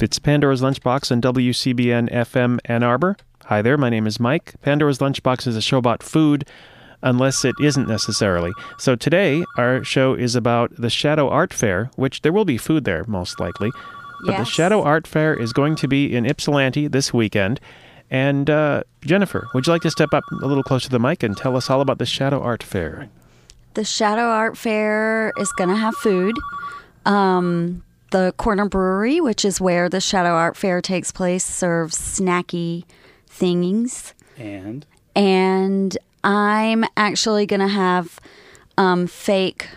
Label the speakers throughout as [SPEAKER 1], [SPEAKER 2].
[SPEAKER 1] It's Pandora's Lunchbox on WCBN FM Ann Arbor. Hi there, my name is Mike. Pandora's Lunchbox is a show about food, unless it isn't necessarily. So today, our show is about the Shadow Art Fair, which there will be food there, most likely. But the
[SPEAKER 2] Yes.
[SPEAKER 1] Shadow Art Fair is going to be in Ypsilanti this weekend. And uh, Jennifer, would you like to step up a little closer to the mic and tell us all about the Shadow Art Fair?
[SPEAKER 2] The Shadow Art Fair is going to have food. Um, the Corner Brewery, which is where the Shadow Art Fair takes place, serves snacky things.
[SPEAKER 3] And
[SPEAKER 2] And I'm actually going to have um, fake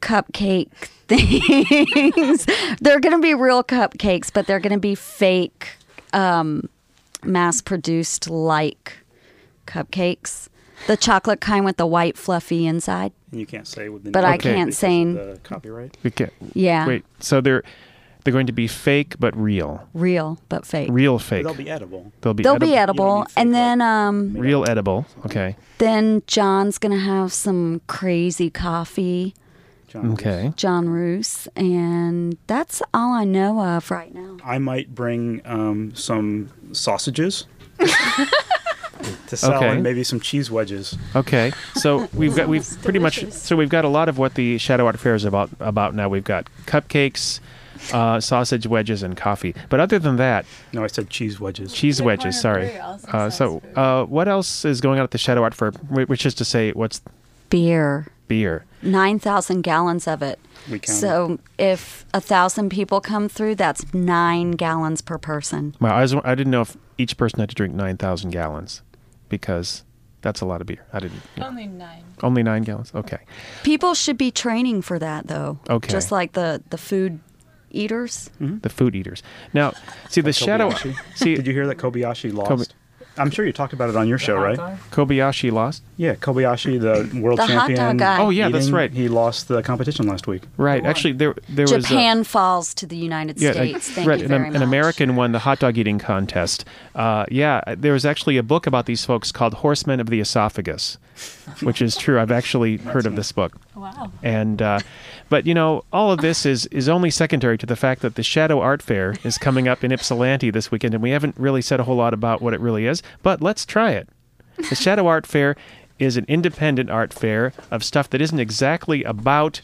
[SPEAKER 2] cupcake things. they're going to be real cupcakes, but they're going to be fake, um, mass produced like cupcakes. The chocolate kind with the white fluffy inside.
[SPEAKER 3] and you can't say with the
[SPEAKER 2] But
[SPEAKER 3] name
[SPEAKER 2] I
[SPEAKER 1] Okay.
[SPEAKER 2] can't
[SPEAKER 3] because of
[SPEAKER 2] say-
[SPEAKER 3] the copyright.
[SPEAKER 1] We can't-
[SPEAKER 2] Yeah.
[SPEAKER 1] Wait, so they're, they're going to be fake but real.
[SPEAKER 2] Real, but fake.
[SPEAKER 1] Real
[SPEAKER 3] But
[SPEAKER 1] fake.
[SPEAKER 3] they'll be edible.
[SPEAKER 1] They'll be
[SPEAKER 2] They'll
[SPEAKER 1] edible.
[SPEAKER 2] be edible.
[SPEAKER 3] need fake
[SPEAKER 2] And then um
[SPEAKER 1] Real edible. Okay.
[SPEAKER 2] then John's gonna have some crazy coffee,
[SPEAKER 3] John,
[SPEAKER 1] Okay.
[SPEAKER 2] John Roos, and that's all I know of right now.
[SPEAKER 3] I might bring um, some sausages to sell,
[SPEAKER 1] Okay.
[SPEAKER 3] and maybe some cheese wedges.
[SPEAKER 1] Okay. So we've got we've pretty much so we've got a lot of what the Shadow Art Fair is about about now. We've got cupcakes, uh, sausage wedges, and coffee. But other than that,
[SPEAKER 3] No, I said cheese wedges.
[SPEAKER 1] cheese wedges. Sorry. Uh, so uh, what else is going on at the Shadow Art Fair? Wh- Which is to say, what's
[SPEAKER 2] Beer.
[SPEAKER 1] beer?
[SPEAKER 2] Nine thousand gallons of it.
[SPEAKER 3] We count.
[SPEAKER 2] So if a thousand people come through, that's nine gallons per person.
[SPEAKER 1] Well, I was, I didn't know if each person had to drink nine thousand gallons, because that's a lot of beer. I didn't.
[SPEAKER 4] Only nine.
[SPEAKER 1] Only nine gallons. Okay.
[SPEAKER 2] People should be training for that though.
[SPEAKER 1] Okay.
[SPEAKER 2] Just like the the food eaters.
[SPEAKER 1] The food eaters. Now, see the Shadow.
[SPEAKER 3] Hmm? Kobayashi.
[SPEAKER 1] See
[SPEAKER 3] Did you hear that Kobayashi lost?
[SPEAKER 1] Kobe-
[SPEAKER 3] I'm sure you talked about it on your show, right?
[SPEAKER 1] Kobayashi lost.
[SPEAKER 3] Yeah, Kobayashi, the world
[SPEAKER 2] The hot dog
[SPEAKER 3] champion.
[SPEAKER 2] guy.
[SPEAKER 1] Oh yeah, that's
[SPEAKER 3] eating,
[SPEAKER 1] right.
[SPEAKER 3] He lost the competition last week.
[SPEAKER 1] Right. Actually, there there was a-
[SPEAKER 2] Japan falls to the United
[SPEAKER 1] I-
[SPEAKER 2] States. Thank
[SPEAKER 1] right,
[SPEAKER 2] you
[SPEAKER 1] an-
[SPEAKER 2] very
[SPEAKER 1] an,
[SPEAKER 2] much.
[SPEAKER 1] American won the hot dog eating contest. Uh, yeah, there was actually a book about these folks called Horsemen of the Esophagus, which is true. I've actually heard of this book.
[SPEAKER 4] Wow.
[SPEAKER 1] And uh, but you know, all of this is is only secondary to the fact that the Shadow Art Fair is coming up in Ypsilanti this weekend, and we haven't really said a whole lot about what it really is. But let's try it. The Shadow Art Fair is an independent art fair of stuff that isn't exactly about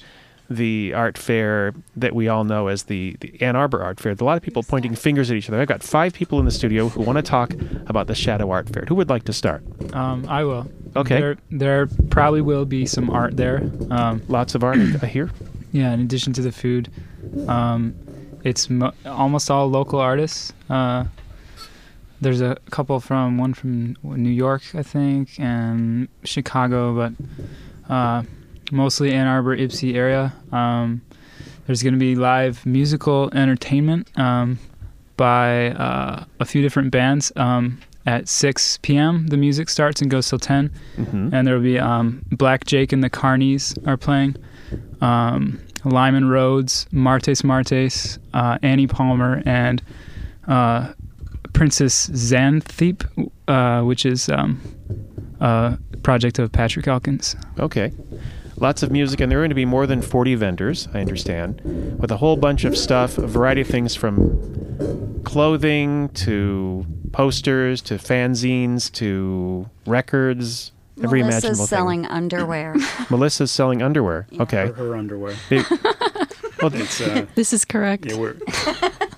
[SPEAKER 1] the art fair that we all know as the, the Ann Arbor Art Fair. There are a lot of people pointing fingers at each other. I've got five people in the studio who want to talk about the Shadow Art Fair. Who would like to start?
[SPEAKER 5] Um, I will.
[SPEAKER 1] Okay.
[SPEAKER 5] There, there probably will be some art there. Um,
[SPEAKER 1] Lots of art I hear.
[SPEAKER 5] yeah, in addition to the food, um, it's mo- almost all local artists. Uh, there's a couple from one from New York, I think, and Chicago, but uh, mostly Ann Arbor, Ipsy area. Um, there's going to be live musical entertainment um, by uh, a few different bands. Um, at 6 p.m., the music starts and goes till 10
[SPEAKER 1] hmm
[SPEAKER 5] and there will be um, Black Jake and the Carnies are playing. Um, Lyman Rhodes, Martes Martes, uh, Annie Palmer, and uh, Princess Xanthippe, uh, which is um, a project of Patrick Elkins.
[SPEAKER 1] Okay. Lots of music, and there are going to be more than 40 vendors, I understand, with a whole bunch of stuff, a variety of things from clothing to posters to fanzines to records, every
[SPEAKER 2] Melissa's
[SPEAKER 1] imaginable
[SPEAKER 2] selling underwear.
[SPEAKER 1] thing. Melissa's selling underwear. Okay.
[SPEAKER 3] Her, her underwear.
[SPEAKER 1] They- Well,
[SPEAKER 3] It's uh,
[SPEAKER 4] This is correct.
[SPEAKER 3] yeah, we're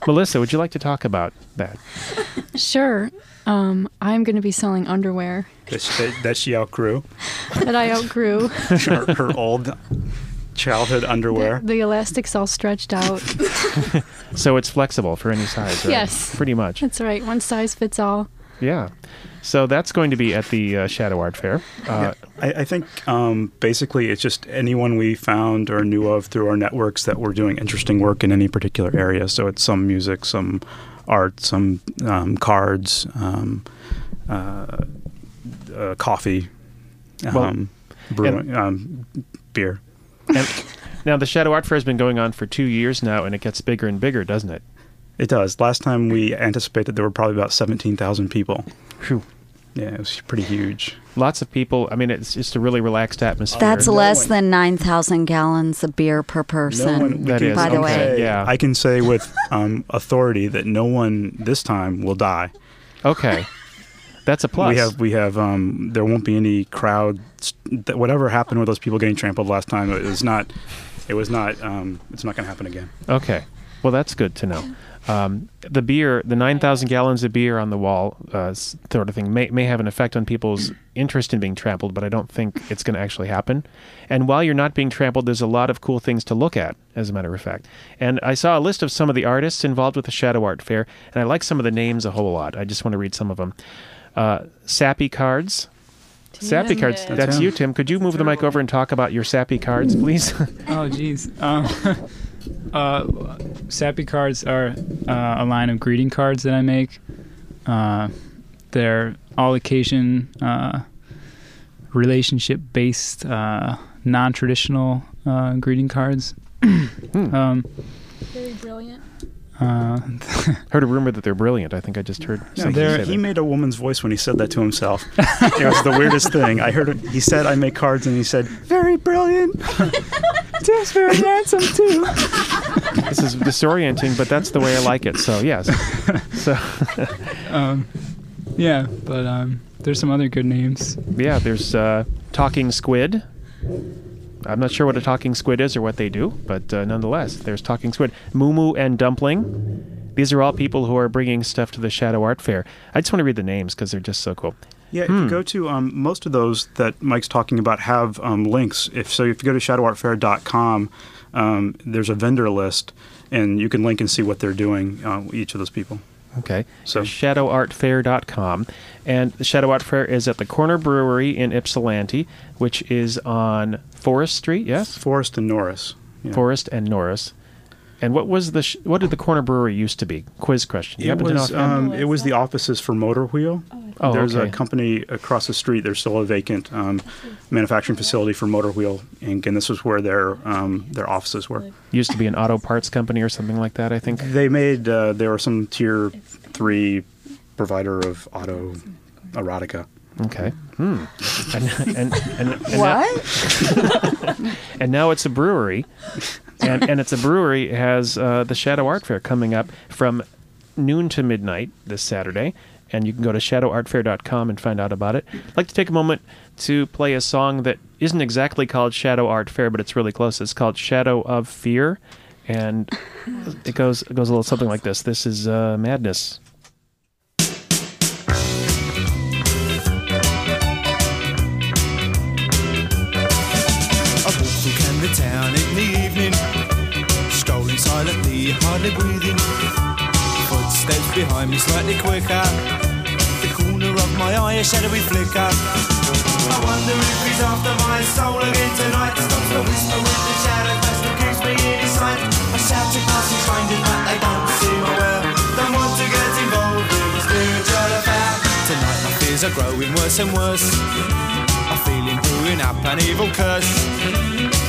[SPEAKER 1] Melissa, would you like to talk about that?
[SPEAKER 4] Sure. Um, I'm going to be selling underwear
[SPEAKER 3] that she, that, that she outgrew
[SPEAKER 4] that I outgrew.
[SPEAKER 3] her, her old childhood underwear.
[SPEAKER 4] The elastic's all stretched out.
[SPEAKER 1] So it's flexible for any size, right?
[SPEAKER 4] Yes.
[SPEAKER 1] Pretty much.
[SPEAKER 4] That's right. One size fits all.
[SPEAKER 1] Yeah. So that's going to be at the uh, Shadow Art Fair. Uh,
[SPEAKER 3] I, I think um, basically it's just anyone we found or knew of through our networks that were doing interesting work in any particular area. So it's some music, some art, some um, cards, um, uh, uh, coffee,
[SPEAKER 1] Well,
[SPEAKER 3] um, brewing, um, beer.
[SPEAKER 1] and- now, the Shadow Art Fair has been going on for two years now, and it gets bigger and bigger, doesn't it?
[SPEAKER 3] It does. Last time we anticipated there were probably about 17,000 people.
[SPEAKER 1] Whew.
[SPEAKER 3] Yeah, it was pretty huge.
[SPEAKER 1] Lots of people. I mean, it's just a really relaxed atmosphere.
[SPEAKER 2] That's
[SPEAKER 3] No
[SPEAKER 2] less
[SPEAKER 3] one-
[SPEAKER 2] than 9,000 gallons of beer per person.
[SPEAKER 3] we
[SPEAKER 1] That
[SPEAKER 3] can-
[SPEAKER 1] is,
[SPEAKER 2] by the
[SPEAKER 1] okay,
[SPEAKER 2] way.
[SPEAKER 1] yeah.
[SPEAKER 3] I can say with um, authority that no one this time will die.
[SPEAKER 1] okay. That's a plus.
[SPEAKER 3] We have, we have. Um, there won't be any crowd. That whatever happened with those people getting trampled last time, it was not. It was not. Um, it's not going to happen again.
[SPEAKER 1] Okay. Well, that's good to know. Um, the beer, the 9,000 gallons of beer on the wall, uh, s- sort of thing, may, may have an effect on people's interest in being trampled, but I don't think it's going to actually happen. And while you're not being trampled, there's a lot of cool things to look at, as a matter of fact. And I saw a list of some of the artists involved with the Shadow Art Fair, and I like some of the names a whole lot. I just want to read some of them. Uh, Sappy Cards. Sappy
[SPEAKER 4] Tim
[SPEAKER 1] Cards.
[SPEAKER 4] did.
[SPEAKER 1] That's
[SPEAKER 3] him.
[SPEAKER 1] you, Tim. Could you move the mic over and talk about your Sappy Cards, please?
[SPEAKER 5] Oh, jeez. Um, uh, sappy cards are uh, a line of greeting cards that I make. Uh, they're all occasion, uh, relationship based, uh, non traditional uh, greeting cards. um,
[SPEAKER 4] Very brilliant.
[SPEAKER 5] uh,
[SPEAKER 1] heard a rumor that they're brilliant. I think I just heard.
[SPEAKER 3] No,
[SPEAKER 1] somebody
[SPEAKER 3] there-
[SPEAKER 1] say
[SPEAKER 3] he
[SPEAKER 1] that.
[SPEAKER 3] made a woman's voice when he said that to himself. it was the weirdest thing. I heard him. He said, "I make cards," and he said, "Very brilliant."
[SPEAKER 5] Tim's very handsome, too.
[SPEAKER 1] this is disorienting, but that's the way I like it. So yes, so
[SPEAKER 5] Um, yeah, but um, there's some other good names.
[SPEAKER 1] yeah, there's uh, talking squid. I'm not sure what a talking squid is or what they do, but uh, nonetheless, there's talking squid, Mumu and Dumpling. These are all people who are bringing stuff to the Shadow Art Fair. I just want to read the names because they're just so cool.
[SPEAKER 3] Yeah, if you go to um, most of those that Mike's talking about have um, links. If so, if you go to shadowartfair.com, um, there's a vendor list, and you can link and see what they're doing. Uh, each of those people.
[SPEAKER 1] Okay. So
[SPEAKER 3] So-
[SPEAKER 1] shadowartfair.com. And the Shadow Art Fair is at the Corner Brewery in Ypsilanti, which is on Forest Street, yes?
[SPEAKER 3] Forrest and Norris. Yeah.
[SPEAKER 1] Forrest and Norris. And what was the sh- what did the corner brewery used to be? Quiz question. You
[SPEAKER 3] It
[SPEAKER 1] happen to
[SPEAKER 3] was,
[SPEAKER 1] know offhand?
[SPEAKER 3] um, it was the offices for Motor Wheel.
[SPEAKER 1] Oh,
[SPEAKER 3] There's
[SPEAKER 1] okay.
[SPEAKER 3] a company across the street. There's still a vacant um, manufacturing facility for Motor Wheel Inc., and this was where their um, their offices were.
[SPEAKER 1] used to be an auto parts company or something like that. I think.
[SPEAKER 3] They made uh, they were some tier three provider of auto erotica.
[SPEAKER 1] Okay. Hmm. And and and, and, Now,
[SPEAKER 2] what?
[SPEAKER 1] and now it's a brewery, and and it's a brewery it has uh, the Shadow Art Fair coming up from noon to midnight this Saturday. And you can go to shadowartfair.com and find out about it. I'd like to take a moment to play a song that isn't exactly called Shadow Art Fair, but it's really close. It's called Shadow of Fear. And it goes it goes a little something like this. This is uh, madness.
[SPEAKER 6] I walk through Camden Town in the evening, strolling silently, hardly breathing. Footsteps behind me slightly quicker. The corner of my eye, a shadowy flicker. I wonder if he's after my soul again tonight. Stops the whisper with the shadow that's what keeps me in his sight. I shout to passing strangers, but they don't seem aware. Don't want to get involved in the spiritual affair. Tonight my fears are growing worse and worse. I feel him brewing up an evil curse.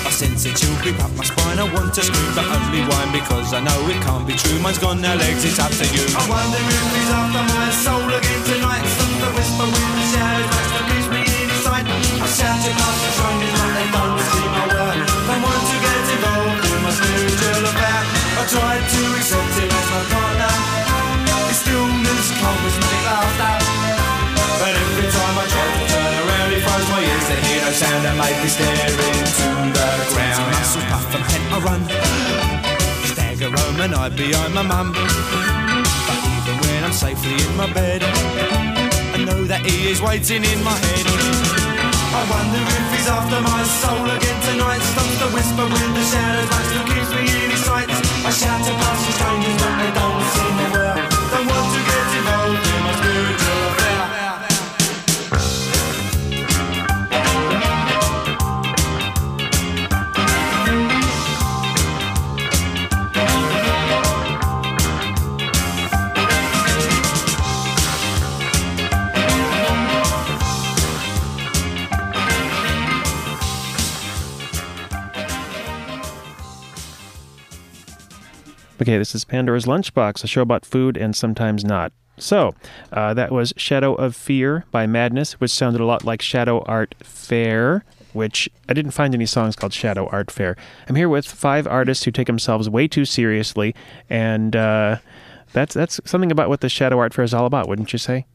[SPEAKER 6] I sense a chill creep up my spine. I want to scream, but only whine because I know it can't be true. Mine's gone, now legs, it's up to you. I wonder if he's after my soul again tonight. Stop the whisper with the shadows, that's the keeps me in his sight. I shout it past the trying like they don't see my word. I want to get involved in my spiritual affair. I try to accept it as my partner. His stillness covers me laughter. But every time I try to turn around, he finds my ears that hear no sound and make me stare into the ground. I muscle puff and head I run. and hide behind my mum. But even when I'm safely in my bed, I know that he is waiting in my head. I wonder if he's after my soul again tonight. Stops the whisper with the shadow that still keeps me in his sights. I shout to pass the strangers, but they don't seem aware. Don't want to get involved in my spiritual affair.
[SPEAKER 1] Okay, this is Pandora's Lunchbox, a show about food and sometimes not. So, uh, that was Shadow of Fear by Madness, which sounded a lot like Shadow Art Fair, which I didn't find any songs called Shadow Art Fair. I'm here with five artists who take themselves way too seriously, and uh, that's that's something about what the Shadow Art Fair is all about, wouldn't you say?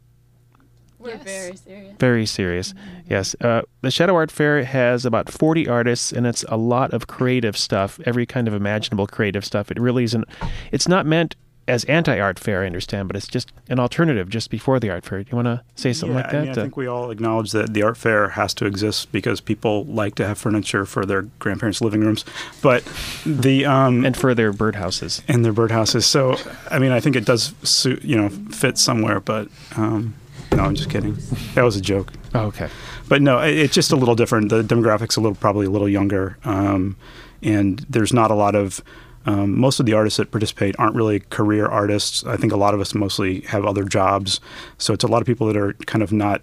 [SPEAKER 7] We're very serious.
[SPEAKER 1] Very serious. Yes. Uh, the Shadow Art Fair has about 40 artists, and it's a lot of creative stuff, every kind of imaginable creative stuff. It really isn't, it's not meant as anti art fair, I understand, but it's just an alternative just before the art fair. Do you want to say something
[SPEAKER 3] yeah,
[SPEAKER 1] like
[SPEAKER 3] I,
[SPEAKER 1] that?
[SPEAKER 3] mean, I
[SPEAKER 1] Uh,
[SPEAKER 3] think we all acknowledge that the art fair has to exist because people like to have furniture for their grandparents' living rooms, but the um,
[SPEAKER 1] and further, birdhouses.
[SPEAKER 3] and their birdhouses. So, I mean, I think it does suit, you know, fit somewhere. But um, no, I'm just kidding. That was a joke.
[SPEAKER 1] Oh, okay.
[SPEAKER 3] But no, it- it's just a little different. The demographics a little probably a little younger, um, and there's not a lot of. Um, most of the artists that participate aren't really career artists. I think a lot of us mostly have other jobs, so it's a lot of people that are kind of not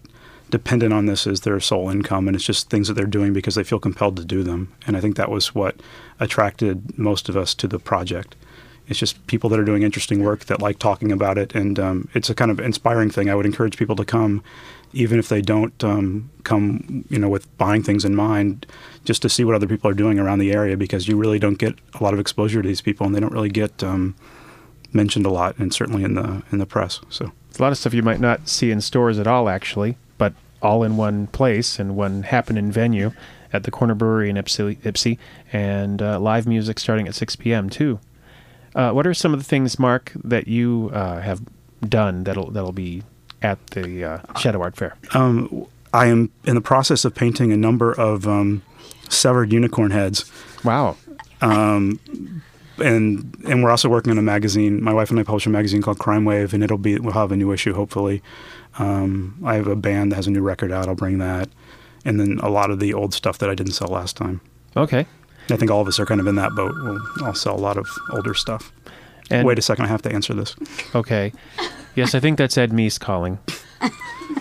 [SPEAKER 3] dependent on this as their sole income, and it's just things that they're doing because they feel compelled to do them. And I think that was what attracted most of us to the project. It's just people that are doing interesting work that like talking about it, and um, it's a kind of inspiring thing. I would encourage people to come, even if they don't um, come, you know, with buying things in mind, just to see what other people are doing around the area because you really don't get a lot of exposure to these people, and they don't really get um, mentioned a lot, and certainly in the in the press. So
[SPEAKER 1] It's a lot of stuff you might not see in stores at all, actually, but all in one place and one happening venue at the Corner Brewery in Ipsy, Ipsy and uh, live music starting at 6 p.m. too. Uh, what are some of the things, Mark, that you uh, have done that'll that'll be at the uh, Shadow Art Fair?
[SPEAKER 3] um, I am in the process of painting a number of um, severed unicorn heads.
[SPEAKER 1] Wow,
[SPEAKER 3] and and we're also working on a magazine. My wife and I publish a magazine called Crime Wave, and it'll be we'll have a new issue hopefully. Um, I have a band that has a new record out. I'll bring that, and then a lot of the old stuff that I didn't sell last time.
[SPEAKER 1] okay.
[SPEAKER 3] I think all of us are kind of in that boat. We'll, I'll sell a lot of older stuff.
[SPEAKER 1] And
[SPEAKER 3] Wait a second, I have to answer this.
[SPEAKER 1] okay, yes, I think that's Ed Meese calling.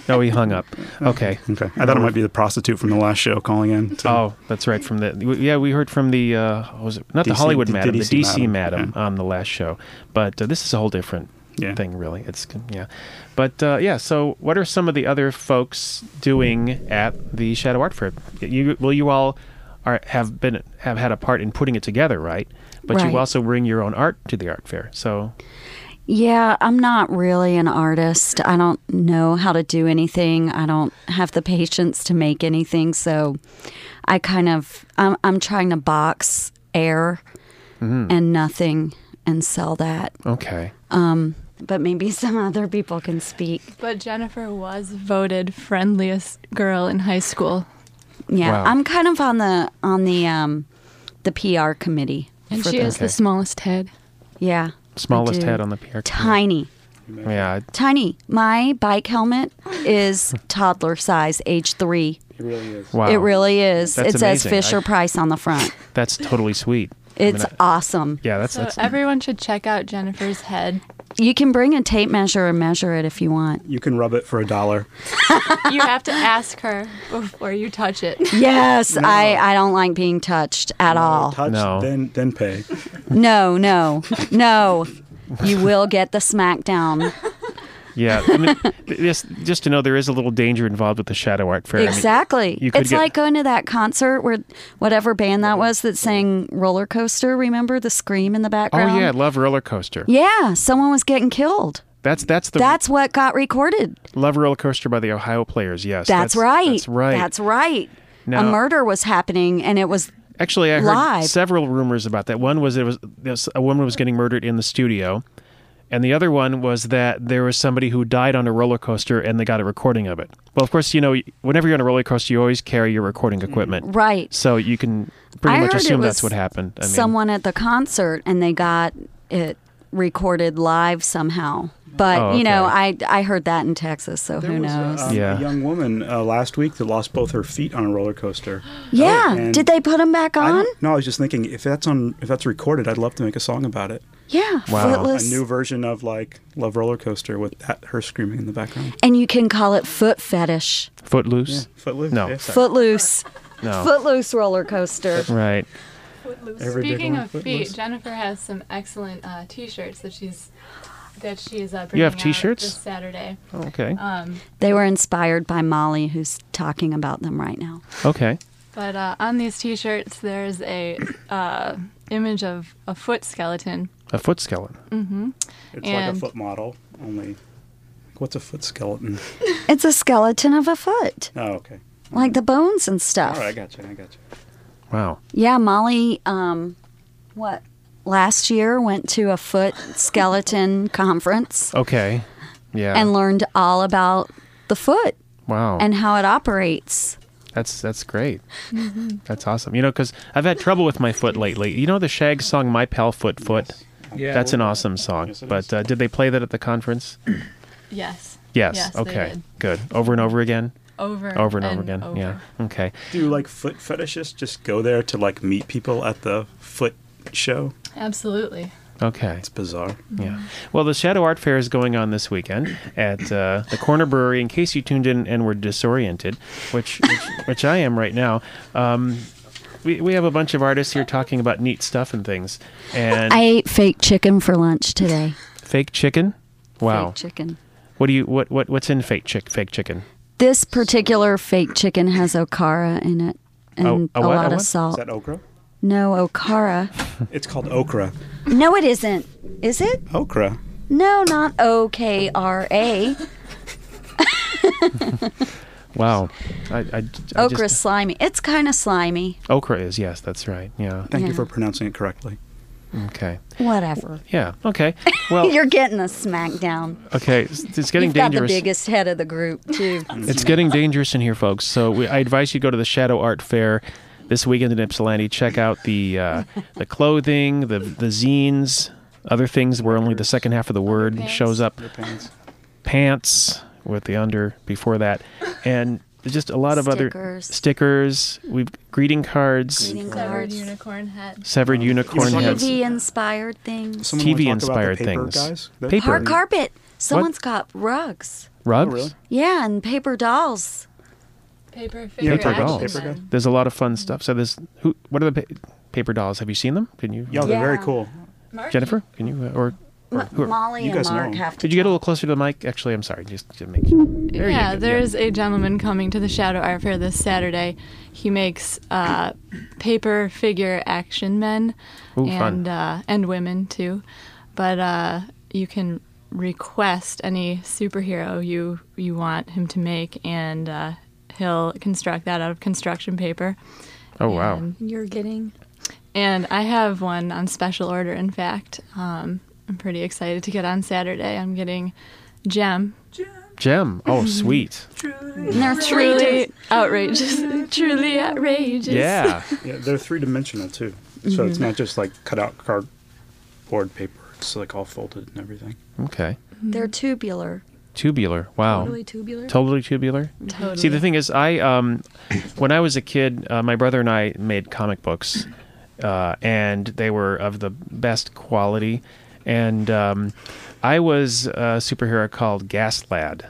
[SPEAKER 1] oh, he hung up. Okay.
[SPEAKER 3] Okay, I thought it might be the prostitute from the last show calling in. to-
[SPEAKER 1] Oh, that's right. From the we- yeah, we heard from the uh, what was it not the
[SPEAKER 3] DC
[SPEAKER 1] Hollywood
[SPEAKER 3] the
[SPEAKER 1] madam, the
[SPEAKER 3] DC
[SPEAKER 1] DC madam,
[SPEAKER 3] madam, Mm-hmm.
[SPEAKER 1] on the last show, but uh, this is a whole different
[SPEAKER 3] Yeah.
[SPEAKER 1] thing, really. It's yeah, but uh, yeah. So, what are some of the other folks doing at the Shadow Art Fair? You well, you all are have been have had a part in putting it together, right? But
[SPEAKER 2] Right.
[SPEAKER 1] you also bring your own art to the art fair. So
[SPEAKER 2] Yeah, I'm not really an artist. I don't know how to do anything. I don't have the patience to make anything. So I kind of, I'm, I'm trying to box air
[SPEAKER 1] Mm-hmm.
[SPEAKER 2] and nothing and sell that. Um,
[SPEAKER 1] okay,
[SPEAKER 2] But maybe some other people can speak.
[SPEAKER 7] But Jennifer was voted friendliest girl in high school.
[SPEAKER 2] Yeah,
[SPEAKER 1] Wow.
[SPEAKER 2] I'm kind of on the, on the, um, the PR committee.
[SPEAKER 4] And
[SPEAKER 2] for
[SPEAKER 4] she
[SPEAKER 2] the-
[SPEAKER 4] has
[SPEAKER 1] Okay.
[SPEAKER 4] the smallest head.
[SPEAKER 2] yeah. I
[SPEAKER 1] smallest
[SPEAKER 2] do.
[SPEAKER 1] head on the PR. committee.
[SPEAKER 2] Tiny.
[SPEAKER 1] Yeah,
[SPEAKER 2] Tiny. My bike helmet is toddler size, age three.
[SPEAKER 1] wow.
[SPEAKER 2] It really is.
[SPEAKER 1] That's
[SPEAKER 2] it says
[SPEAKER 1] amazing.
[SPEAKER 2] Fisher
[SPEAKER 1] I-
[SPEAKER 2] Price on the front.
[SPEAKER 1] That's totally sweet. I mean,
[SPEAKER 2] It's
[SPEAKER 1] I-
[SPEAKER 2] awesome.
[SPEAKER 1] yeah, that's
[SPEAKER 7] So
[SPEAKER 1] that's
[SPEAKER 7] everyone should check out Jennifer's head.
[SPEAKER 2] You can bring a tape measure and measure it if you want.
[SPEAKER 3] You can rub it for a dollar.
[SPEAKER 7] You have to ask her before you touch it.
[SPEAKER 2] Yes, I, I don't like being touched at all.
[SPEAKER 3] Touch,
[SPEAKER 1] No.
[SPEAKER 3] then then pay.
[SPEAKER 2] no, no, no. You will get the smackdown.
[SPEAKER 1] Yeah, I mean, th- this, just to know there is a little danger involved with the shadow art fair. I mean,
[SPEAKER 2] Exactly.
[SPEAKER 1] you could
[SPEAKER 2] It's
[SPEAKER 1] get-
[SPEAKER 2] like going to that concert where whatever band that was that sang roller coaster, remember the scream in the background?
[SPEAKER 1] oh yeah, Love Roller Coaster.
[SPEAKER 2] Um, Yeah, someone was getting killed.
[SPEAKER 1] That's that's the
[SPEAKER 2] That's what got recorded.
[SPEAKER 1] Love Roller Coaster by the Ohio Players. Yes,
[SPEAKER 2] That's, right.
[SPEAKER 1] That's right.
[SPEAKER 2] That's right.
[SPEAKER 1] Now-
[SPEAKER 2] a murder was happening, and it was
[SPEAKER 1] Actually, I heard
[SPEAKER 2] Live.
[SPEAKER 1] several rumors about that. One was it was, it was a woman was getting murdered in the studio, and the other one was that there was somebody who died on a roller coaster and they got a recording of it. Well, of course, you know, whenever you're on a roller coaster, you always carry your recording equipment,
[SPEAKER 2] Right.
[SPEAKER 1] So you can pretty
[SPEAKER 2] Mm. I
[SPEAKER 1] much
[SPEAKER 2] heard it
[SPEAKER 1] assume that's
[SPEAKER 2] was
[SPEAKER 1] what happened. I mean,
[SPEAKER 2] Someone at the concert and they got it recorded live somehow. But
[SPEAKER 1] Oh,
[SPEAKER 2] you know,
[SPEAKER 1] okay.
[SPEAKER 2] I I heard that in Texas, so
[SPEAKER 3] There
[SPEAKER 2] who
[SPEAKER 3] was
[SPEAKER 2] knows?
[SPEAKER 3] A, um,
[SPEAKER 1] Yeah.
[SPEAKER 3] a young woman uh, last week that lost both her feet on a roller coaster.
[SPEAKER 2] yeah.
[SPEAKER 3] oh, and-
[SPEAKER 2] Did they put him back
[SPEAKER 3] I
[SPEAKER 2] on?
[SPEAKER 3] don't- no, I was just thinking if that's on if that's recorded, I'd love to make a song about it.
[SPEAKER 2] Yeah.
[SPEAKER 1] Wow.
[SPEAKER 2] Footless.
[SPEAKER 3] A new version of like Love Roller Coaster with that, her screaming in the background.
[SPEAKER 2] and you can call it foot fetish.
[SPEAKER 3] Yeah,
[SPEAKER 1] Footloose.
[SPEAKER 3] Footloose.
[SPEAKER 1] No.
[SPEAKER 3] yeah, sorry.
[SPEAKER 2] Footloose.
[SPEAKER 1] No.
[SPEAKER 2] Footloose roller coaster.
[SPEAKER 1] right.
[SPEAKER 3] Every big
[SPEAKER 7] Speaking
[SPEAKER 3] one,
[SPEAKER 7] of
[SPEAKER 3] Footloose.
[SPEAKER 7] feet, Jennifer has some excellent uh, T-shirts that she's that she's uh, bringing
[SPEAKER 1] You have
[SPEAKER 7] out
[SPEAKER 1] t-shirts?
[SPEAKER 7] this Saturday.
[SPEAKER 1] Oh, okay.
[SPEAKER 7] Um,
[SPEAKER 2] They were inspired by Molly who's talking about them right now.
[SPEAKER 1] Okay.
[SPEAKER 7] but uh, on these T-shirts, there's a uh, image of a foot skeleton.
[SPEAKER 1] A foot skeleton.
[SPEAKER 3] It's like a
[SPEAKER 7] and-
[SPEAKER 3] foot model, only what's a foot skeleton?
[SPEAKER 2] It's a skeleton of a foot.
[SPEAKER 3] Oh, okay.
[SPEAKER 2] Like the bones and stuff.
[SPEAKER 3] All right, I got you. I got you.
[SPEAKER 1] Wow.
[SPEAKER 2] Yeah, Molly, um, what, last year went to a foot skeleton conference
[SPEAKER 1] Okay. Yeah.
[SPEAKER 2] and learned all about the foot
[SPEAKER 1] wow.
[SPEAKER 2] and how it operates.
[SPEAKER 1] That's that's great. That's awesome. You know, because I've had trouble with my foot lately. You know the Shag song, "My Pal Foot Foot."
[SPEAKER 5] Yeah,
[SPEAKER 1] That's an awesome song.
[SPEAKER 3] Yes, it
[SPEAKER 1] but
[SPEAKER 3] is.
[SPEAKER 1] uh, did they play that at the conference?
[SPEAKER 7] Yes.
[SPEAKER 1] Yes.
[SPEAKER 7] Yes, they
[SPEAKER 1] okay.
[SPEAKER 7] did.
[SPEAKER 1] Good. Over and over again.
[SPEAKER 7] Over.
[SPEAKER 1] Over and, over again. Yeah. Okay.
[SPEAKER 3] Do like foot fetishists just go there to like meet people at the foot show?
[SPEAKER 7] Absolutely.
[SPEAKER 1] Okay.
[SPEAKER 3] It's bizarre.
[SPEAKER 1] Yeah. Well, the Shadow Art Fair is going on this weekend at uh, the Corner Brewery. In case you tuned in and were disoriented, which which, which I am right now. Um, we, we have a bunch of artists here talking about neat stuff and things. And
[SPEAKER 2] I ate fake chicken for lunch today.
[SPEAKER 1] fake chicken. Wow.
[SPEAKER 2] Fake chicken.
[SPEAKER 1] What do you what what what's in fake chick fake chicken?
[SPEAKER 2] This particular fake chicken has okara in it and
[SPEAKER 1] Oh, a
[SPEAKER 2] a,
[SPEAKER 1] what? A
[SPEAKER 2] lot
[SPEAKER 1] what?
[SPEAKER 2] of
[SPEAKER 1] Is
[SPEAKER 3] Is
[SPEAKER 2] salt.
[SPEAKER 3] that okra?
[SPEAKER 2] no, okara.
[SPEAKER 3] It's called okra.
[SPEAKER 2] No, it isn't. Is it?
[SPEAKER 3] Okra.
[SPEAKER 2] No, not O K R A.
[SPEAKER 1] Wow. I, I, I
[SPEAKER 2] Okra
[SPEAKER 1] Just,
[SPEAKER 2] slimy. It's kind of slimy.
[SPEAKER 1] okra is yes, that's right. Yeah.
[SPEAKER 3] Thank you
[SPEAKER 2] Yeah.
[SPEAKER 3] for pronouncing it correctly.
[SPEAKER 1] Okay.
[SPEAKER 2] Whatever.
[SPEAKER 1] Yeah. Okay. Well.
[SPEAKER 2] You're getting a smackdown.
[SPEAKER 1] okay. It's, it's Oh. getting
[SPEAKER 2] You've got
[SPEAKER 1] dangerous.
[SPEAKER 2] the biggest head of the group too.
[SPEAKER 1] It's getting dangerous in here, folks. So we, I advise you go to the Shadow Art Fair this weekend in Ypsilanti. Check out the uh, the clothing, the the zines, other things where only the second half of the word
[SPEAKER 7] Pants.
[SPEAKER 1] shows up.
[SPEAKER 3] Your pants.
[SPEAKER 1] Pants with the under before that, and just a lot of other
[SPEAKER 2] Stickers.
[SPEAKER 1] stickers. We've greeting cards,
[SPEAKER 2] Greeting
[SPEAKER 7] Severed
[SPEAKER 2] cards,
[SPEAKER 7] unicorn hat.
[SPEAKER 1] severed unicorn
[SPEAKER 3] You're talking
[SPEAKER 1] heads.
[SPEAKER 3] about-
[SPEAKER 2] TV inspired things,
[SPEAKER 3] Someone wanna
[SPEAKER 1] TV
[SPEAKER 3] talk about the
[SPEAKER 1] inspired
[SPEAKER 3] paper
[SPEAKER 1] things.
[SPEAKER 3] Guys? They're
[SPEAKER 1] Paper.
[SPEAKER 2] hard
[SPEAKER 3] pretty-
[SPEAKER 2] carpet. Someone's got rugs.
[SPEAKER 1] Rugs.
[SPEAKER 3] Oh, really?
[SPEAKER 2] Yeah, and paper dolls.
[SPEAKER 7] Paper
[SPEAKER 3] Yeah,
[SPEAKER 7] figure
[SPEAKER 1] Paper
[SPEAKER 3] paper
[SPEAKER 7] action
[SPEAKER 1] dolls.
[SPEAKER 3] dolls.
[SPEAKER 7] men.
[SPEAKER 1] There's a lot of fun stuff. So there's who? What are the pa- paper dolls? Have you seen them? Can you?
[SPEAKER 3] Yeah, they're very
[SPEAKER 2] Yeah.
[SPEAKER 3] cool.
[SPEAKER 7] March.
[SPEAKER 1] Jennifer, can you uh, or, or who-
[SPEAKER 2] Molly
[SPEAKER 3] you
[SPEAKER 2] and
[SPEAKER 3] guys know
[SPEAKER 2] Mark
[SPEAKER 3] 'em.
[SPEAKER 2] have to.
[SPEAKER 1] Did you get a little closer to the mic? Actually, I'm sorry. Just to make sure. There you
[SPEAKER 7] yeah,
[SPEAKER 1] go.
[SPEAKER 7] there's a gentleman coming to the Shadow Art Fair this Saturday. He makes uh, paper figure action men
[SPEAKER 1] Ooh, fun.
[SPEAKER 7] and uh, and women too, but uh, you can request any superhero you you want him to make, and uh, he'll construct that out of construction paper.
[SPEAKER 1] Oh wow.
[SPEAKER 7] And,
[SPEAKER 4] You're getting
[SPEAKER 7] and I have one on special order. In fact, um, I'm pretty excited to get on Saturday. I'm getting Gem
[SPEAKER 1] Gem. Oh sweet.
[SPEAKER 2] And they're three.
[SPEAKER 7] truly outrageous, truly outrageous.
[SPEAKER 1] yeah.
[SPEAKER 3] Yeah, they're three dimensional too. So it's not just like cut out cardboard paper. It's like all folded and everything.
[SPEAKER 1] Okay.
[SPEAKER 2] They're tubular.
[SPEAKER 1] Tubular. Wow.
[SPEAKER 4] really tubular.
[SPEAKER 1] Totally tubular. See, the thing is, I um, when I was a kid, uh, my brother and I made comic books, uh, and they were of the best quality. And um, I was a superhero called Gas Lad,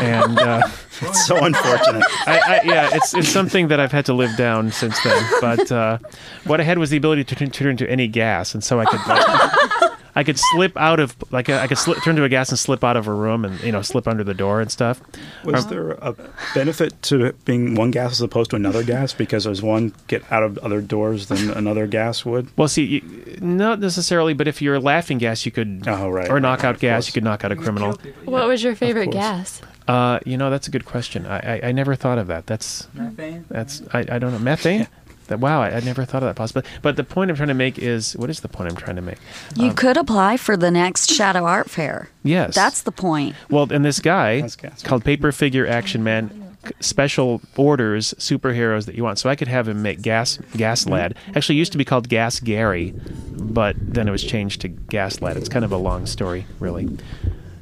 [SPEAKER 1] and uh,
[SPEAKER 3] It's so unfortunate.
[SPEAKER 1] I, I, yeah, it's it's something that I've had to live down since then. But uh, what I had was the ability to turn, turn into any gas, and so I could. like, I could slip out of like I could slip, turn to a gas and slip out of a room and you know slip under the door and stuff.
[SPEAKER 3] Was there a Um, benefit to it being one gas as opposed to another gas because does one get out of other doors than another gas would?
[SPEAKER 1] Well, see, you, not necessarily, but if you're laughing gas, you could
[SPEAKER 3] Oh, right,
[SPEAKER 1] or
[SPEAKER 3] right,
[SPEAKER 1] knockout
[SPEAKER 3] of
[SPEAKER 1] gas,
[SPEAKER 3] course.
[SPEAKER 1] you could knock out a criminal.
[SPEAKER 7] What was your favorite
[SPEAKER 3] course.
[SPEAKER 7] gas?
[SPEAKER 1] Uh, you know, that's a good question. I, I I never thought of that. That's
[SPEAKER 5] Methane.
[SPEAKER 1] that's I, I don't know methane. That wow, I, I never thought of that possibility. But the point I'm trying to make is, what is the point I'm trying to make?
[SPEAKER 2] You could apply for the next Shadow Art Fair.
[SPEAKER 1] uh, Yes,
[SPEAKER 2] That's the point.
[SPEAKER 1] Well, and this guy
[SPEAKER 3] That's gas.
[SPEAKER 1] called Paper Figure Action Man c- special orders superheroes that you want. So I could have him make Gas Gas Lad. Actually, it used to be called Gas Gary, but then it was changed to Gas Lad. It's kind of a long story, really.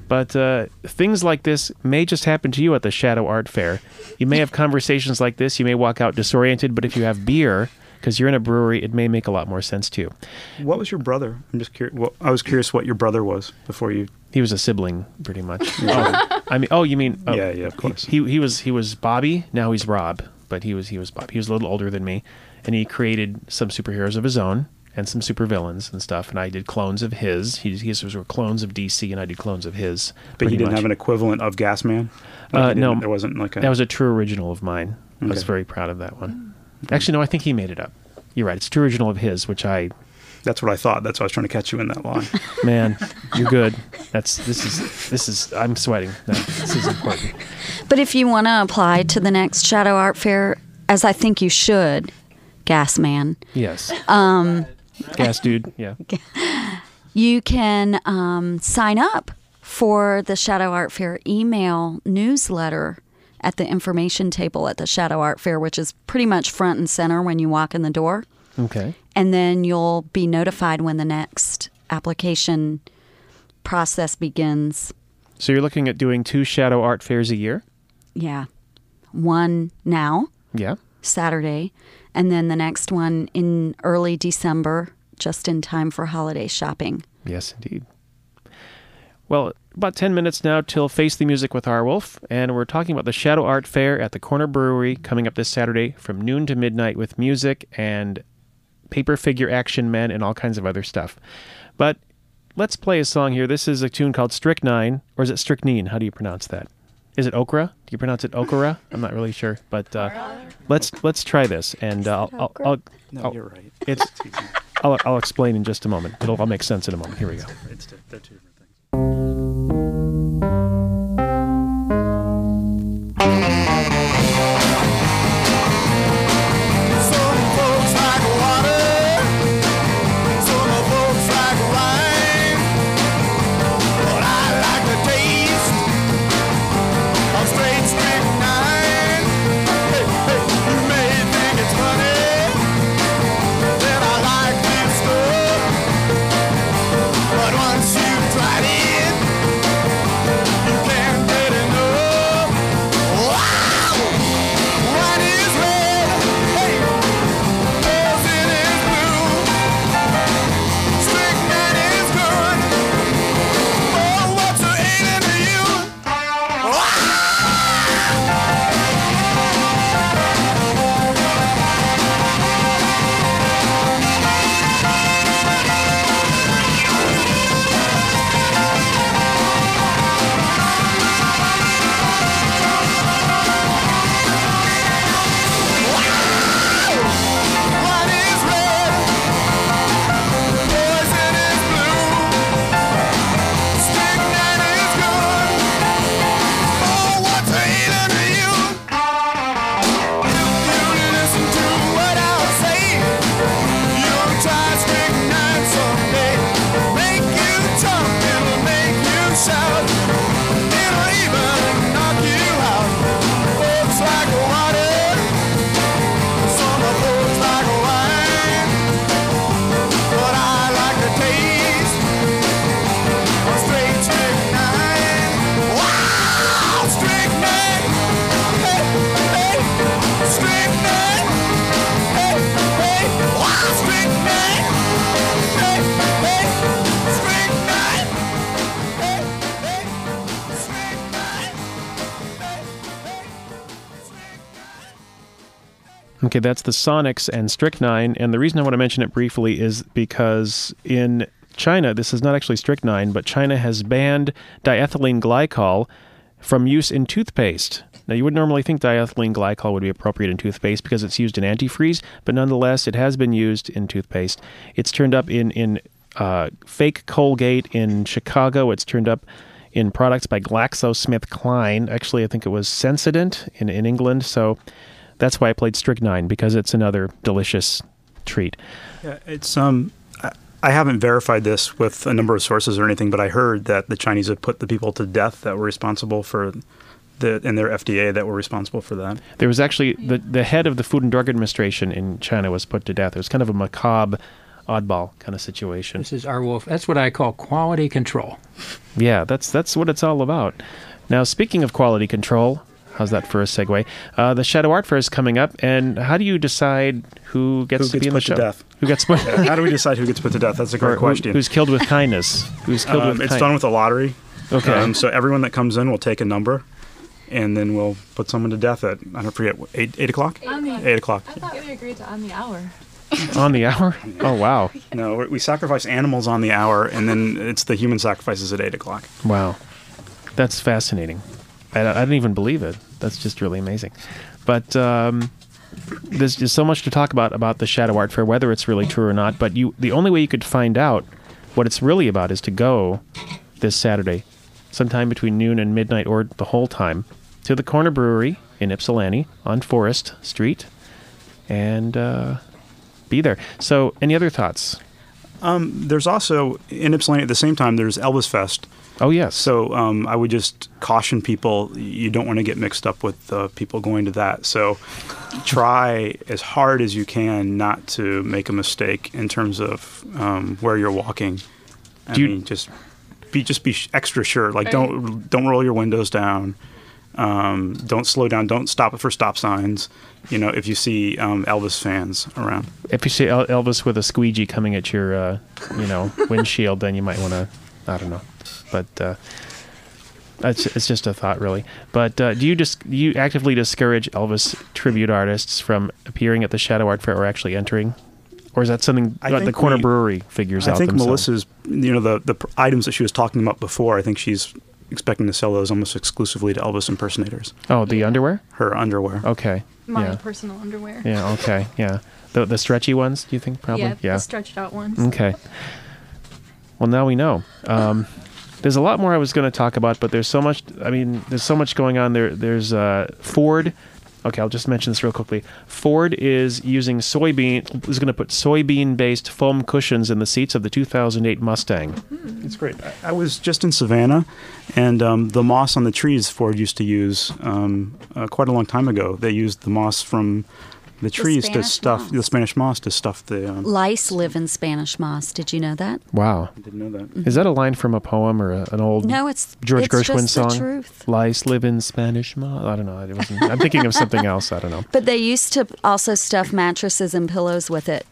[SPEAKER 1] But uh, things like this may just happen to you at the Shadow Art Fair. You may have conversations like this. You may walk out disoriented, but if you have beer, because you're in a brewery, it may make a lot more sense to you.
[SPEAKER 3] What was your brother? I'm just curious. Well, I was curious what your brother was before you.
[SPEAKER 1] He was a sibling, pretty much. Oh, I mean, oh, you mean? oh,
[SPEAKER 3] Yeah, yeah, of course.
[SPEAKER 1] He, he was he was Bobby. Now he's Rob, but he was he was Bob. He was a little older than me, and he created some superheroes of his own and some supervillains and stuff. And I did clones of his. He, his were clones of DC, and I did clones of his.
[SPEAKER 3] But
[SPEAKER 1] pretty
[SPEAKER 3] you didn't
[SPEAKER 1] much.
[SPEAKER 3] have an equivalent of Gas Man. Like,
[SPEAKER 1] Uh,
[SPEAKER 3] you didn't-
[SPEAKER 1] no.
[SPEAKER 3] there wasn't like a.
[SPEAKER 1] That was a true original of mine. I was
[SPEAKER 3] Okay. Mm.
[SPEAKER 1] very proud of that one. Actually, no, I think he made it up. You're right. It's a true original of his, which I
[SPEAKER 3] that's what I thought. That's why I was trying to catch you in that line.
[SPEAKER 1] man, you're good. That's this is this is I'm sweating. No, this is important.
[SPEAKER 2] But if you want to apply to the next Shadow Art Fair, as I think you should, Gas Man,
[SPEAKER 1] Yes. Um. Gas dude. Yeah.
[SPEAKER 2] you can um, sign up for the Shadow Art Fair email newsletter at the information table at the Shadow Art Fair, which is pretty much front and center when you walk in the door.
[SPEAKER 1] Okay.
[SPEAKER 2] and then you'll be notified when the next application process begins.
[SPEAKER 1] So you're looking at doing two shadow art fairs a year?
[SPEAKER 2] Yeah. One now,
[SPEAKER 1] Yeah.
[SPEAKER 2] Saturday, and then the next one in early December, just in time for holiday shopping.
[SPEAKER 1] Yes, indeed. Well, about 10 minutes now till Face the Music with Our Wolf, and we're talking about the Shadow Art Fair at the Corner Brewery coming up this Saturday from noon to midnight with music and paper figure action men and all kinds of other stuff. But let's play a song here. This is a tune called Strychnine, or is it Strychnine? How do you pronounce that? Is it okra? Do you pronounce it okra? I'm not really sure, but uh, let's let's try this, and uh, I'll, I'll, I'll,
[SPEAKER 3] No,
[SPEAKER 1] I'll-
[SPEAKER 3] you're right.
[SPEAKER 1] it's I'll, I'll explain in just a moment. It'll all make sense in a moment. Here we go.
[SPEAKER 3] It's, they're two different things.
[SPEAKER 7] Some folks like water, some folks like wine. But I like the taste of straight strychnine. Hey, hey, you may think it's funny that I like this stuff, but once you've tried it, you can't get enough. Wow, one is red, hey. Poison is blue. Strychnine is good. Oh, what's her eating to you? One is red. Poison is blue. Strychnine is good. Oh, what's her eating to you? If you listen to what I'll say, you'll try strychnine someday. Make you jump, it'll make you shout. It'll even knock you out. Folks like water. Some of those like wine, but I like the taste of straight strychnine. Wow, strychnine, hey, hey, strychnine, hey, hey, wow, strychnine, hey, hey, strychnine, hey, hey, strychnine, hey, hey, strychnine.
[SPEAKER 1] Okay, that's the Sonics and Strychnine. And the reason I want to mention it briefly is because in China, this is not actually strychnine, but China has banned diethylene glycol from use in toothpaste. Now, you would normally think diethylene glycol would be appropriate in toothpaste because it's used in antifreeze, but nonetheless, it has been used in toothpaste. It's turned up in, in uh, fake Colgate in Chicago, it's turned up in products by GlaxoSmithKline. Actually, I think it was Sensident in, in England. So That's why I played strychnine because it's another delicious treat.
[SPEAKER 3] Yeah, it's um, I- I haven't verified this with a number of sources or anything, but I heard that the Chinese have put the people to death that were responsible for the and their FDA that were responsible for that.
[SPEAKER 1] There was actually the the head of the Food and Drug Administration in China was put to death. It was kind of a macabre, oddball kind of situation.
[SPEAKER 8] This is our wolf. That's what I call quality control.
[SPEAKER 1] Yeah, that's that's what it's all about. Now, speaking of quality control, how's that for a segue? Uh, the Shadow Art Fair is coming up, and how do you decide who gets
[SPEAKER 3] Who
[SPEAKER 1] to
[SPEAKER 3] gets
[SPEAKER 1] be in
[SPEAKER 3] put
[SPEAKER 1] the
[SPEAKER 3] to
[SPEAKER 1] show?
[SPEAKER 3] death?
[SPEAKER 1] Who gets put?
[SPEAKER 3] Yeah, How do we decide who gets put to death? That's a
[SPEAKER 1] or
[SPEAKER 3] great
[SPEAKER 1] who-
[SPEAKER 3] question.
[SPEAKER 1] Who's killed with kindness? Who's killed
[SPEAKER 3] Um,
[SPEAKER 1] with?
[SPEAKER 3] it's
[SPEAKER 1] kind-
[SPEAKER 3] done with a lottery.
[SPEAKER 1] Okay.
[SPEAKER 3] Um, so everyone that comes in will take a number, and then we'll put someone to death at I don't forget what, eight eight o'clock.
[SPEAKER 7] On the-
[SPEAKER 3] Eight o'clock.
[SPEAKER 7] I thought we agreed to on the hour.
[SPEAKER 1] on the hour. Oh wow,
[SPEAKER 3] No, we- we sacrifice animals on the hour, and then it's the human sacrifices at eight o'clock.
[SPEAKER 1] wow, that's fascinating. I, I didn't even believe it. That's just really amazing. But um, there's just so much to talk about about the Shadow Art Fair, whether it's really true or not. But you, the only way you could find out what it's really about is to go this Saturday, sometime between noon and midnight, or the whole time, to the Corner Brewery in Ypsilanti on Forest Street, and uh, be there. So, any other thoughts?
[SPEAKER 3] There's also in Ypsilanti at the same time. There's Elvis Fest.
[SPEAKER 1] Oh yes.
[SPEAKER 3] So um, I would just caution people: you don't want to get mixed up with the people going to that. So try as hard as you can not to make a mistake in terms of um, where you're walking. I
[SPEAKER 1] Do you-
[SPEAKER 3] mean, just be just be sh- extra sure. Like don't don't roll your windows down. Um, don't slow down. Don't stop for stop signs. You know, if you see um, Elvis fans around.
[SPEAKER 1] if you see El- Elvis with a squeegee coming at your, uh, you know, windshield, then you might want to, I don't know, but uh, it's it's just a thought, really. But uh, do you just do you actively discourage Elvis tribute artists from appearing at the Shadow Art Fair or actually entering, or is that something
[SPEAKER 3] I
[SPEAKER 1] that the
[SPEAKER 3] think
[SPEAKER 1] Corner
[SPEAKER 3] we-
[SPEAKER 1] Brewery figures
[SPEAKER 3] I
[SPEAKER 1] out?
[SPEAKER 3] think
[SPEAKER 1] themselves?
[SPEAKER 3] Melissa's, you know, the the pr- items that she was talking about before. I think she's expecting to sell those almost exclusively to Elvis impersonators.
[SPEAKER 1] Oh, the underwear.
[SPEAKER 3] Her underwear.
[SPEAKER 1] Okay.
[SPEAKER 4] My
[SPEAKER 1] yeah.
[SPEAKER 4] personal underwear.
[SPEAKER 1] yeah. Okay. Yeah. The the stretchy ones. Do you think probably?
[SPEAKER 4] yeah, The stretched out ones.
[SPEAKER 1] Okay. Well, now we know. Um, there's a lot more I was going to talk about, but there's so much. I mean, there's so much going on. There, there's uh, Ford. Okay, I'll just mention this real quickly. Ford is using soybean. Is going to put soybean-based foam cushions in the seats of the 2008 Mustang.
[SPEAKER 3] It's great. I, I was just in Savannah, and um, the moss on the trees Ford used to use um, uh, quite a long time ago. They used the moss from the trees to
[SPEAKER 2] Spanish
[SPEAKER 3] stuff
[SPEAKER 2] moss.
[SPEAKER 3] the Spanish moss to stuff the. Um,
[SPEAKER 2] Lice live in Spanish moss. Did you know that?
[SPEAKER 1] Wow,
[SPEAKER 3] I didn't know that.
[SPEAKER 1] is that a line from a poem or a, an old
[SPEAKER 2] No, it's
[SPEAKER 1] George
[SPEAKER 2] it's
[SPEAKER 1] Gershwin
[SPEAKER 2] just
[SPEAKER 1] song?
[SPEAKER 2] The truth.
[SPEAKER 1] Lice live in Spanish moss. I don't know. It wasn't, I'm thinking of something else. I don't know.
[SPEAKER 2] But they used to also stuff mattresses and pillows with it.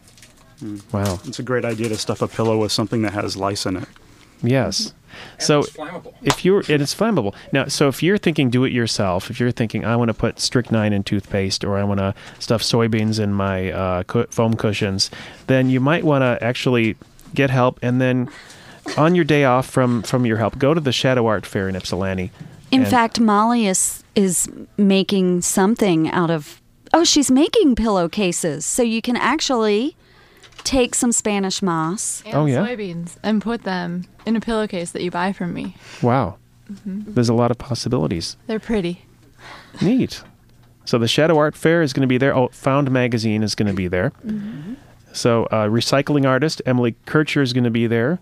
[SPEAKER 1] Wow.
[SPEAKER 3] It's a great idea to stuff a pillow with something that has lice in it.
[SPEAKER 1] Yes. So
[SPEAKER 8] it's flammable.
[SPEAKER 1] if you're and it's flammable now so if you're thinking do it yourself if you're thinking i want to put strychnine in toothpaste or i want to stuff soybeans in my uh, cu- foam cushions then you might want to actually get help and then on your day off from from your help go to the shadow art fair in ypsilanti
[SPEAKER 2] In
[SPEAKER 1] And-
[SPEAKER 2] fact, Molly is is making something out of oh, she's making pillowcases. So you can actually take some Spanish moss.
[SPEAKER 7] And
[SPEAKER 1] Oh, yeah?
[SPEAKER 7] Soybeans and put them in a pillowcase that you buy from me.
[SPEAKER 1] wow
[SPEAKER 2] Mm-hmm.
[SPEAKER 1] there's a lot of possibilities
[SPEAKER 7] They're pretty.
[SPEAKER 1] Neat. So the Shadow Art Fair is going to be there. Oh, Found Magazine is going to be there. So uh, recycling artist Emily Kircher is going to be there.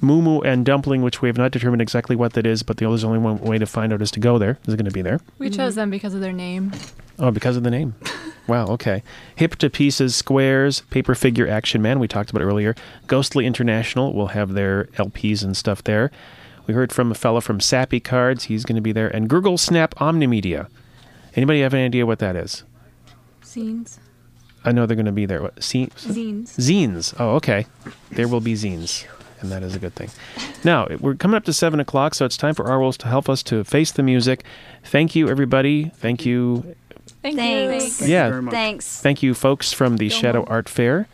[SPEAKER 1] Moo Moo and Dumpling, which we have not determined exactly what that is, but the there's only one way to find out is to go there. Is going to be there.
[SPEAKER 7] We chose them because of their name.
[SPEAKER 1] Oh, because of the name. Wow, okay. Hip to Pieces Squares, Paper Figure Action Man, we talked about earlier. Ghostly International will have their LPs and stuff there. We heard from a fellow from Sappy Cards, he's going to be there. And Gurgle Snap Omnimedia. Anybody have any idea what that is?
[SPEAKER 4] Zines.
[SPEAKER 1] I know they're going to be there. What, see,
[SPEAKER 4] Zines.
[SPEAKER 1] zines. Oh, okay. There will be zines, and that is a good thing. Now we're coming up to seven o'clock, so it's time for our roles to help us to face the music. Thank you, everybody. Thank you,
[SPEAKER 7] Thank
[SPEAKER 2] Thanks.
[SPEAKER 7] you.
[SPEAKER 3] you
[SPEAKER 1] yeah.
[SPEAKER 3] very much.
[SPEAKER 2] Thanks.
[SPEAKER 1] Thank you, folks from the
[SPEAKER 4] Domo.
[SPEAKER 1] Shadow Art Fair.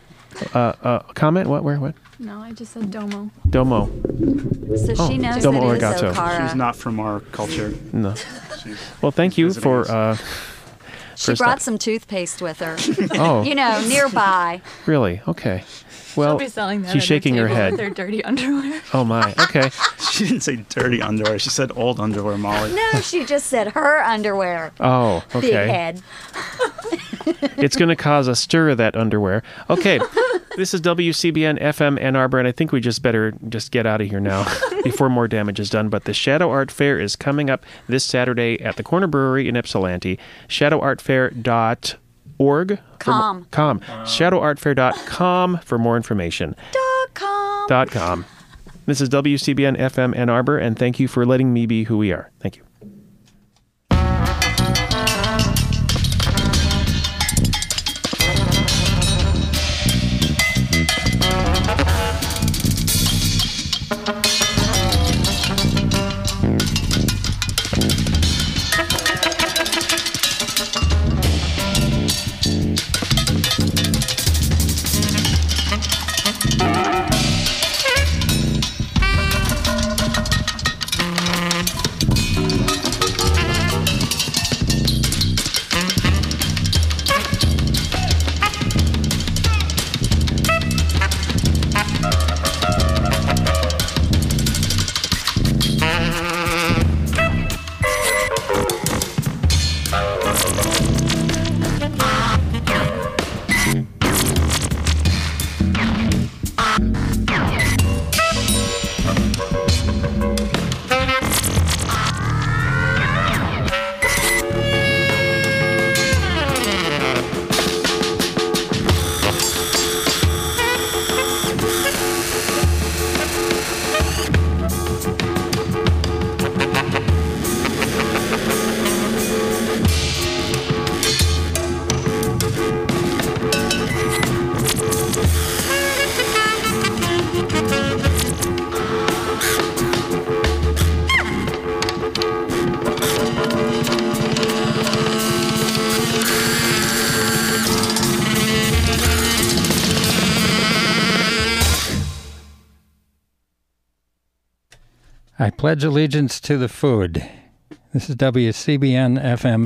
[SPEAKER 1] Uh, uh, comment? What? Where? What?
[SPEAKER 4] No, I just said domo.
[SPEAKER 1] Domo.
[SPEAKER 2] So
[SPEAKER 1] Oh,
[SPEAKER 2] she knows
[SPEAKER 1] domo
[SPEAKER 2] it is
[SPEAKER 1] arigato.
[SPEAKER 2] Okara.
[SPEAKER 3] She's not from our culture.
[SPEAKER 1] No. Well, thank you
[SPEAKER 3] Visiting
[SPEAKER 1] for.
[SPEAKER 3] us.
[SPEAKER 1] Uh,
[SPEAKER 2] she
[SPEAKER 1] first
[SPEAKER 2] brought
[SPEAKER 1] off.
[SPEAKER 2] some toothpaste with her.
[SPEAKER 1] oh,
[SPEAKER 2] you know, nearby.
[SPEAKER 1] really? Okay. Well,
[SPEAKER 7] She'll be selling that
[SPEAKER 1] Oh, she's
[SPEAKER 7] at her
[SPEAKER 1] shaking her
[SPEAKER 7] table
[SPEAKER 1] head.
[SPEAKER 7] With their dirty underwear.
[SPEAKER 1] Oh my. Okay.
[SPEAKER 3] she didn't say dirty underwear. She said old underwear, Molly.
[SPEAKER 2] No, she just said her underwear.
[SPEAKER 1] Oh,
[SPEAKER 2] Big
[SPEAKER 1] okay.
[SPEAKER 2] head.
[SPEAKER 1] It's going to cause a stir of that underwear. Okay. This is WCBN FM Ann Arbor, and I think we just better just get out of here now before more damage is done. But the Shadow Art Fair is coming up this Saturday at the Corner Brewery in Ypsilanti. ShadowArtFair.org.
[SPEAKER 2] Com.
[SPEAKER 1] For, com. ShadowArtFair.com for more information.
[SPEAKER 2] Dot com.
[SPEAKER 1] Dot com. This is WCBN FM Ann Arbor, and thank you for letting me be who we are. Thank you.
[SPEAKER 8] I pledge allegiance to the food. This is WCBN FM